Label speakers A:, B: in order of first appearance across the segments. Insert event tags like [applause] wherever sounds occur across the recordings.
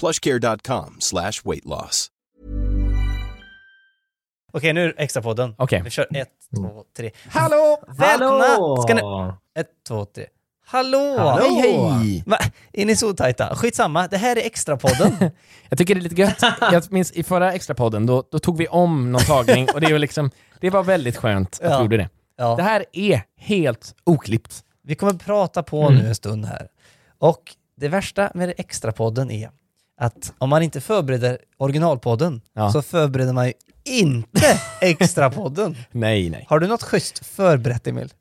A: Plushcare.com slash weight loss.
B: Okej, nu är det extrapodden.
C: Okej.
B: Vi kör ett, två, tre.
D: Hallå!
B: Välkomna! Ska ni... Ett, två, tre. Hallå!
D: Hallå!
B: Hej, hej! Va? Är ni så tajta? Skitsamma, det här är extrapodden.
C: Jag tycker det är lite
D: [laughs]
C: gött. Jag minns i förra extrapodden, då, då tog vi om någon tagning och det, är ju liksom, det var väldigt skönt att
B: Ja.
C: vi gjorde det. Det
B: Ja,
C: här är helt oklippt.
B: vi kommer prata på nu en stund här. Och det värsta med extrapodden är att om man inte förbereder originalpodden
C: Ja.
B: så förbereder man ju inte extrapodden.
C: Nej, nej.
B: Har du något schysst förberett, Emil?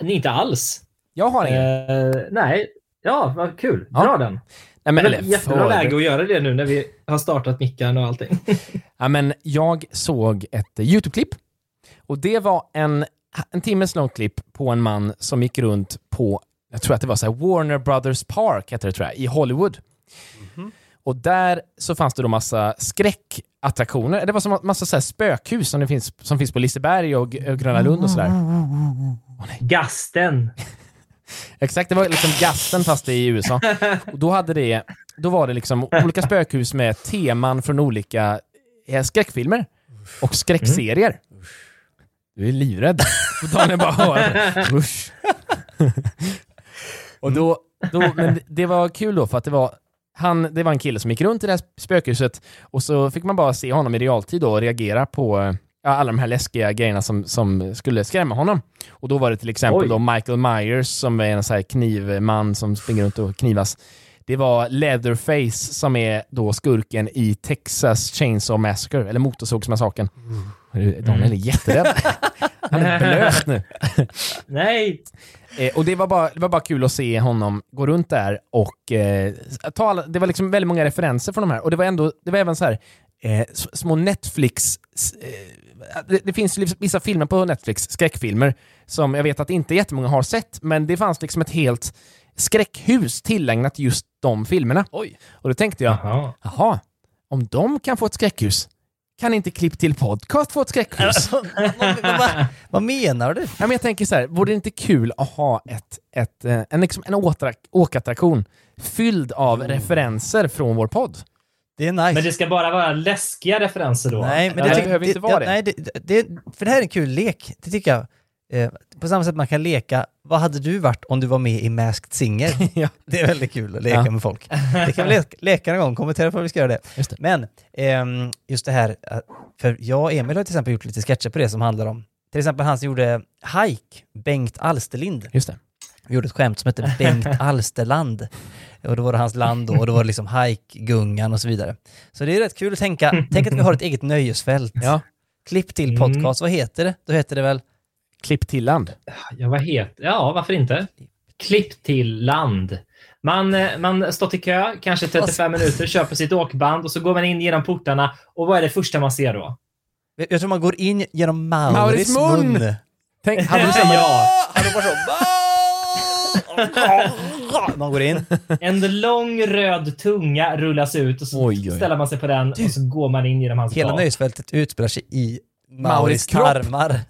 D: Nej, Inte alls.
C: Jag har ingen.
D: Eh, nej. Ja, vad kul.
C: Ja.
D: Dra den.
C: nej, men,
D: Men
C: eller,
D: jättebra
C: för-
D: läge att göra det nu när vi har startat mickarna och allting.
C: Ja, men jag såg ett eh, YouTube-klipp. Och det var en, en timmes långt klipp på en man som gick runt på, jag tror att det var så här Warner Brothers Park, heter det, tror jag, i Hollywood. Och där så fanns det då massa skräckattraktioner. Det var som massa så här spökhus som, det finns, som finns på Liseberg och, G- och Gröna Lund och sådär.
D: Gasten.
C: Exakt, det var liksom gasten fast det i USA. Och då, hade det, då var det liksom olika spökhus med teman från olika eh, skräckfilmer och skräckserier. Du är livrädd. Och Daniel bara hör. Usch. och då, då, men det var kul då för att det var, han, det var en kille som gick runt i det här spökhuset och så fick man bara se honom i realtid då och reagera på eh, ja, alla de här läskiga grejerna som, som skulle skrämma honom. Och då var det till exempel
D: Oj.
C: då Michael Myers som är en så här knivman som springer runt och knivas. Det var Leatherface som är då skurken i Texas Chainsaw Massacre, eller Motorsågsmassakern. Du, Daniel är jätterädd. Han är blöt nu.
D: Nej.
C: Eh, och det var, bara, det var bara kul att se honom gå runt där och eh, ta alla, Det var liksom väldigt många referenser från de här. Och det var, ändå, det var även så här, eh, s- små Netflix... s- Eh, det, det finns ju vissa filmer på Netflix, skräckfilmer, som jag vet att inte jättemånga har sett, men det fanns liksom ett helt skräckhus tillägnat just de filmerna.
B: Oj.
C: Och då tänkte jag,
D: Jaha.
C: jaha, om de kan få ett skräckhus, kan inte Klipp till Podcast få ett skräckhus?
B: vad, vad, vad, vad menar du?
C: Ja, men jag tänker så här, vore det inte kul att ha ett, ett, eh, en, liksom, en åtrak- åkattraktion fylld av referenser från vår podd?
B: Det är nice.
D: Men det ska bara vara läskiga referenser då?
B: Nej, men
C: det
B: det,
D: Eller?
B: tycker-
C: behöver inte vara det.
B: Nej, det, det. För det här är en kul lek, det tycker jag. Eh, på samma sätt man kan leka, vad hade du varit om du var med i Masked
C: [laughs]
B: Singer?
C: Ja.
B: Det är väldigt kul att leka
C: Ja.
B: med folk. Det kan vi le leka någon gång, kommentera på hur vi ska göra det.
C: Just det.
B: Men ehm, just det här, eh, för jag och Emil har till exempel gjort lite sketcher på det som handlar om, till exempel han som gjorde Hike, Bengt Alsterlind
C: Just det.
B: gjorde ett skämt som
C: [laughs]
B: hette Bengt Alsterland. Och då var det hans land då, och då var det liksom hajkgungan och så vidare. Så det är rätt kul att tänka, tänk att vi har ett eget nöjesfält.
C: Ja. Mm.
B: Klipp till podcast, vad heter det? Då heter det väl?
C: Klipp till land.
D: Ja, vad heter... Ja, varför inte? Klipp till land. Man, eh, man har stått i kö, kanske 35 minuter, köper sitt åkband och så går man in genom portarna. Och vad är det första man ser då?
B: Jag tror man går in genom Mauris
C: Mauris mun.
B: mun.
C: Tänk, hade du samma...
D: ja,
B: Hallå, bara så. Man går in.
D: en lång röd tunga rullas ut och så
C: Oj, oj, oj.
D: ställer man sig på den och så går man in genom hans
B: Hela
D: tak.
B: nöjesfältet utspelar sig i Mauris
C: Mauris kropp.
B: tarmar.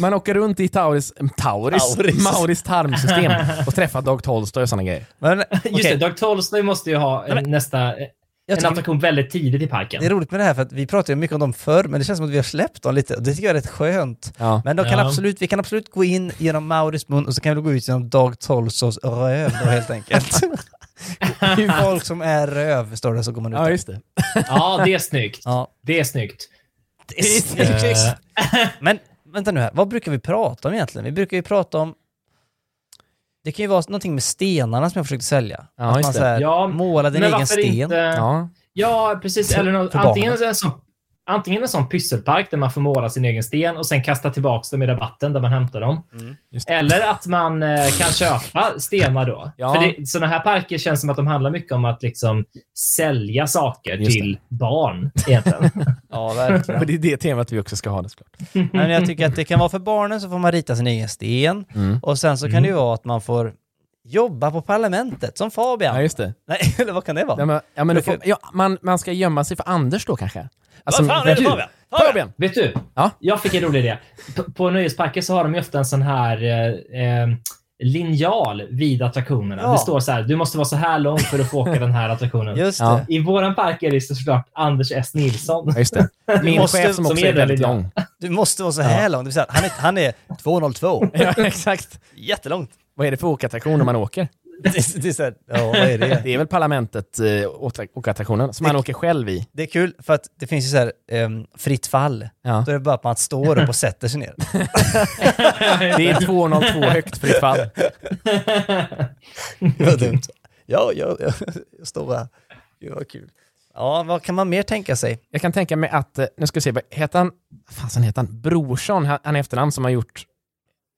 C: Man åker runt i Tauris, mm, Tauris,
B: Tauris.
C: Mauris tarmsystem och träffar Dag Tolstoy och sådana grejer.
B: Men,
D: Just
B: okej.
D: det, Dag Tolstoy måste ju ha en, nästa, eh,
B: Jag
D: en
B: tycker-
D: attraktion väldigt tidigt i
B: Det är
D: parken.
B: roligt med det här för att vi pratade ju mycket om dem förr, men det känns som att vi har släppt dem lite. och Det tycker jag är rätt skönt.
C: Ja.
B: Men de kan
D: Ja.
B: absolut, vi kan absolut gå in genom Mauris mun och så kan vi gå ut genom Dag Tolsos röv då helt enkelt.
C: [laughs]
B: Hur folk som är röv står det så går man ut.
C: ja, just det.
D: Ja, det är snyggt.
B: Ja.
D: Det är snyggt.
B: Det är snyggt. Men vänta nu här, vad brukar vi prata om egentligen? Vi brukar ju prata om... Det kan ju vara någonting med stenarna som jag försökte sälja.
C: Ja,
B: att man
C: just det.
B: så här,
D: Ja,
B: målade en
D: men
B: egen
D: varför
B: sten.
D: Inte, ja.
C: Ja.
D: precis. Eller något,
B: för barnen.
D: antingen så, antingen en sån pysselpark där man får måla sin egen sten och sen kasta tillbaka dem i rabatten där man hämtar dem.
B: Mm,
C: Just det.
D: Eller att man eh, kan köpa stenar då.
C: Ja.
D: För det, såna här parker känns som att de handlar mycket om att liksom sälja saker
C: Just det.
D: till barn. Egentligen.
B: [laughs] Ja, verkligen.
C: Och det är det temat vi också ska ha det såklart.
B: Nej, men jag tycker att det kan vara för barnen så får man rita sin egen sten.
C: Mm.
B: Och sen så kan det ju vara att man får jobba på Parlamentet, som Fabian.
C: Ja,
B: Nej, [laughs]
C: just det.
B: eller vad kan det vara?
C: Ja, men, ja, men då får, ja, man, man ska gömma sig för Anders då kanske? Alltså,
B: fan är det, Fabian? Fabian!
C: Fabian!
D: Vet du?
C: Ja.
D: Jag fick en rolig idé. På, på nöjesparker så har de ju ofta en sån här eh, eh, linjal vid attraktionerna.
B: Ja.
D: Det står så här, du måste vara så här lång för att få åka den här
B: [laughs]
D: attraktionen.
B: Just
C: Ja.
B: det.
D: I våran park är det så såklart Anders S. Nilsson.
C: Ja, just det. Min
D: måste-
C: chef som
D: som
C: också
D: är
C: är väldigt
D: väldigt
C: lång.
B: Du måste vara så här lång. Det vill säga, han, är, han är 202.
C: Ja, exakt.
B: Jättelångt. [laughs]
C: Vad är det för åkattraktioner man åker?
B: Det, är- det är så här, ja, vad är det?
C: Det är väl parlamentet, eh, åtra- åkattraktionen, som
B: Det-
C: han åker själv i.
B: Det är kul för att det finns ju så här ehm, fritt fall.
C: Ja.
B: Då är det bara att man står upp och sätter sig
C: [laughs]
B: ner.
C: Det är 202 högt fritt fall.
B: Det var dumt. Ja, jag, jag, jag står bara... Det var kul. Ja, vad kan man mer tänka sig?
C: Jag kan tänka mig att, eh, nu ska vi se, vad heter han, vad fasen heter han, Brorsson, han, han i efternamn som har gjort,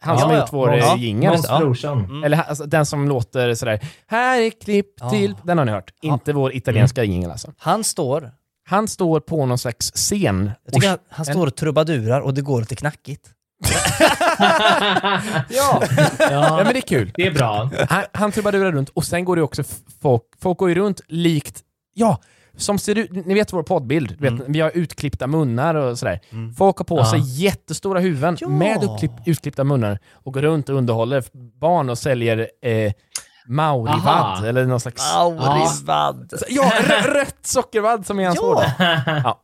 C: han
B: Ja,
C: som har
B: ja.
C: gjort vår
B: Ja.
C: ja. jingel.
D: Måns
C: Ja.
D: Brorsson.
C: Eller han- alltså, den som låter sådär, här är klipp
B: Ja.
C: till, den har ni hört.
B: Ja.
C: Inte vår italienska jingel alltså.
B: Han står,
C: Han står på någon slags scen.
B: jag tycker
C: och-
B: han, han står och trubadurar och det går lite knackigt.
C: ja. [laughs] ja, men det är kul.
D: Det är bra.
C: Han, han trubadurar runt och sen går det också f- folk, folk går ju runt likt, ja, som ser ut, ni vet vår poddbild, du vet, vi har utklippta munnar och sådär. Folk har på
D: Ja.
C: sig jättestora huvuden
B: Ja.
C: med uppklipp, utklippta munnar och går runt och underhåller barn och säljer eh, maurivadd
D: Aha.
C: eller någon slags...
B: Aurivad.
C: Ja, rö- rött sockervadd som är hans
B: Ja.
C: vård.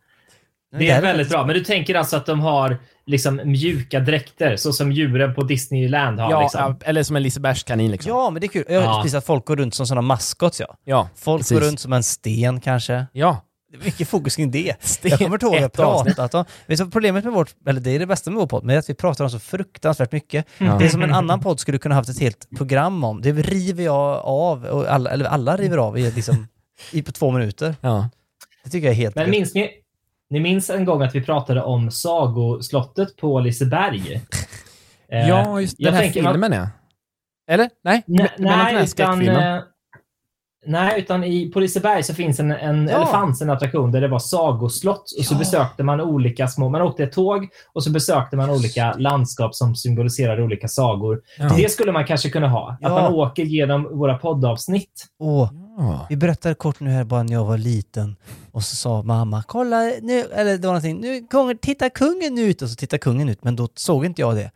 D: Det är väldigt bra. Men du tänker alltså att de har liksom mjuka dräkter, så som djuren på Disneyland har?
C: Ja,
D: liksom.
C: ja, eller som en lisebergskanin liksom.
B: Ja, men det är kul. Jag
D: Ja.
B: precis att folk går runt som sådana maskots, ja.
C: Ja,
B: Folk
C: precis.
B: går runt som en sten kanske.
C: Ja,
B: Det är mycket fokus kring [laughs] det.
C: Sten-
B: jag kommer inte ihåg att jag
C: ett avsnitt.
B: pratat om... Vet du vad problemet med vårt... Eller det är det bästa med vår podd, men det är att vi pratar om så fruktansvärt mycket. Det är som en annan podd skulle kunna haft ett helt program om. Det river jag av, och alla, eller alla river av i, liksom, i på två minuter.
C: ja.
B: Det tycker jag är helt...
D: Men
B: gött.
D: minns ni, ni minns en gång att vi pratade om sagoslottet på Liseberg? Eh,
C: ja just den
D: jag
C: här
D: tänker att-
C: filmen ja. Eller? Nej?
D: Ne-
C: Men- men den här
D: nej, utan,
C: skräckfilmen.
D: eh, nej, utan i, på Liseberg så finns en, en,
B: Ja.
D: eller fanns en attraktion där det var sagoslott och så
B: Ja.
D: besökte man olika små... Man åkte ett tåg och så besökte man olika landskap som symboliserade olika sagor.
C: Ja.
D: Det skulle man kanske kunna ha.
B: Ja.
D: Att man åker genom våra
C: [laughs]
D: poddavsnitt.
B: Åh,
C: Ja.
B: Vi berättade kort nu här bara när jag var liten och så sa mamma kolla nu, eller det var någonting, nu kommer, titta kungen ut och så tittade kungen ut men då såg inte jag det.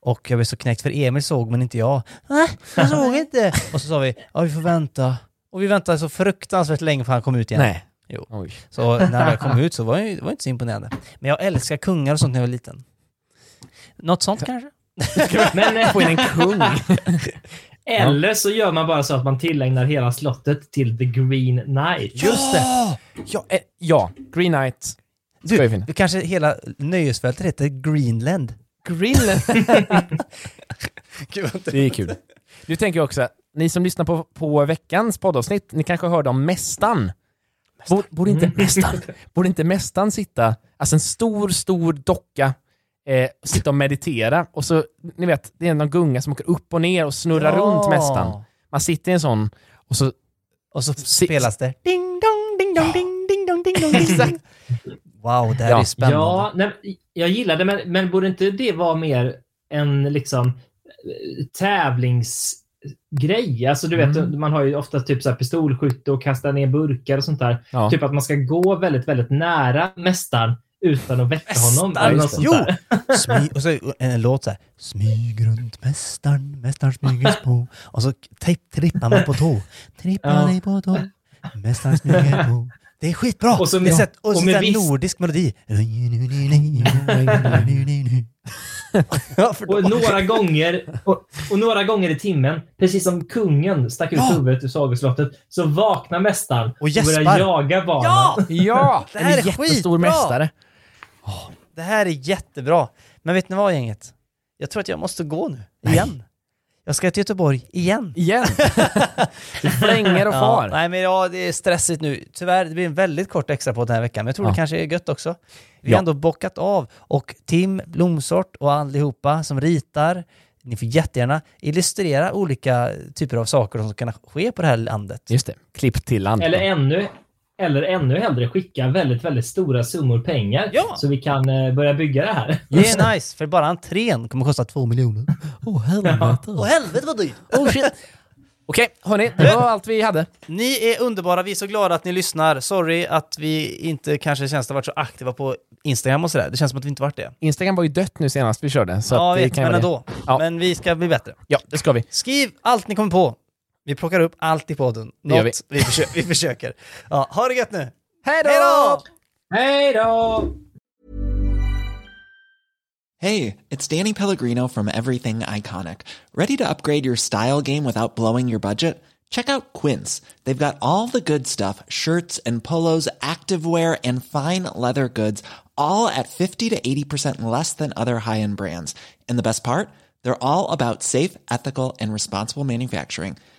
B: Och jag blev så knäckt för Emil såg men inte jag. Nej, jag
C: [laughs]
B: såg inte. Och så sa vi, ja vi får vänta. Och vi väntade så fruktansvärt länge för han kom ut igen.
C: Nej.
B: Jo.
C: Oj.
B: Så när han väl kom ut så var jag, ju- det var inte så imponerande. Men jag älskar kungar och sånt när jag var liten. Något sånt kanske?
D: Men, eh,
C: Få in en kung.
D: eller så gör man bara så att man tillägnar hela slottet till The Green Knight.
C: Just det. Ja, eh, ja. Green Knight. Ska vi
B: Du,
C: finna.
B: du kanske hela nöjesfältet heter Greenland.
C: Greenland.
B: Gud, vad inte-
C: Det är kul. Nu tänker jag också, ni som lyssnar på, på veckans poddavsnitt, ni kanske hörde om Mästaren. Borde, borde, inte, mästaren borde inte Mästaren sitta, alltså en stor, stor docka, eh, sitta och meditera och så, ni vet, det är någon gunga som åker upp och ner och snurrar
B: Ja.
C: runt Mästaren. Man sitter i en sån och så
B: Och så
C: Si-
B: spelas det. Ding dong, ding dong, ding, ding dong, ding dong. Exakt. [laughs] Wow, det här
C: Ja.
B: är spännande.
D: Ja, nej, jag gillar det, men, men borde inte det vara mer en liksom eh, tävlingsgrej? Alltså du vet,
C: Mm.
D: man har ju ofta typ så här pistolskytte och kasta ner burkar och sånt där.
C: Ja.
D: Typ att man ska gå väldigt, väldigt nära mästaren utan att väcka honom.
B: Mästaren!
D: eller något sånt
B: Jo!
D: där. [laughs]
B: Smy, och så en låt så här. Smyg runt mästaren, mästaren smyger sig på. Och så tripp, trippar man på tå. Trippar
D: Ja.
B: dig på tå, mästaren smyger på. Det är skitbra!
D: Och så
B: det är
D: med-
B: så, och så
D: och med
B: en
D: visst-
B: nordisk melodi. [laughs] Ja, för
D: Och
B: då-
D: några, gånger, och, och några gånger i timmen, precis som kungen stack ut
B: Ja.
D: huvudet ur sagoslottet, så vaknar mästaren och,
B: gäspar.
D: börjar jaga barnen.
B: ja!
C: Ja!
B: Det här
C: en
B: är skitbra.
C: jättestor mästare.
B: Det här är jättebra. Men vet ni vad gänget? Jag tror att jag måste gå nu. Igen. Jag ska till Göteborg igen.
C: Igen! [laughs] du flänger och far.
B: Ja, nej men ja, det är stressigt nu. Tyvärr, det blir en väldigt kort extra på den här veckan, men jag tror
C: Ja.
B: det kanske är gött också. Vi
C: Ja.
B: har ändå bockat av och Tim Blomsort och allihopa som ritar, ni får jättegärna illustrera olika typer av saker som kan ske på det här landet.
C: Just det. Klipp till land.
D: Eller ännu, eller ännu hellre skicka väldigt, väldigt stora summor pengar
B: Ja.
D: så vi kan eh, börja bygga det här.
B: Det är nice, för bara entrén kommer kosta två miljoner.
C: Åh, oh, helvete.
B: Åh helvete vad dyrt! Oh shit!
C: Okej, hörni. Det var allt vi hade.
B: Ni är underbara, vi är så glada att ni lyssnar. Sorry att vi inte kanske känns det varit så aktiva på Instagram och sådär. Det känns som att vi inte varit det.
C: Instagram var ju dött nu senast vi körde. Så
B: ja,
C: att det
B: vet,
C: kan ju
B: men
C: vara det.
B: ändå.
C: Ja.
B: Men vi ska bli bättre.
C: Ja, det ska vi.
B: Skriv allt ni kommer på. Vi plockar upp allt i podden.
C: Det gör vi.
B: Något vi, försö- vi försöker. Ja, ha det gött nu!
C: Hej
B: Hej då!
D: Hej då!
E: Hey, it's Danny Pellegrino from Everything Iconic. Ready to upgrade your style game without blowing your budget? Check out Quince. They've got all the good stuff shirts and polos, activewear, and fine leather goods, all at 50 to 80% less than other high end brands. And the best part? They're all about safe, ethical, and responsible manufacturing.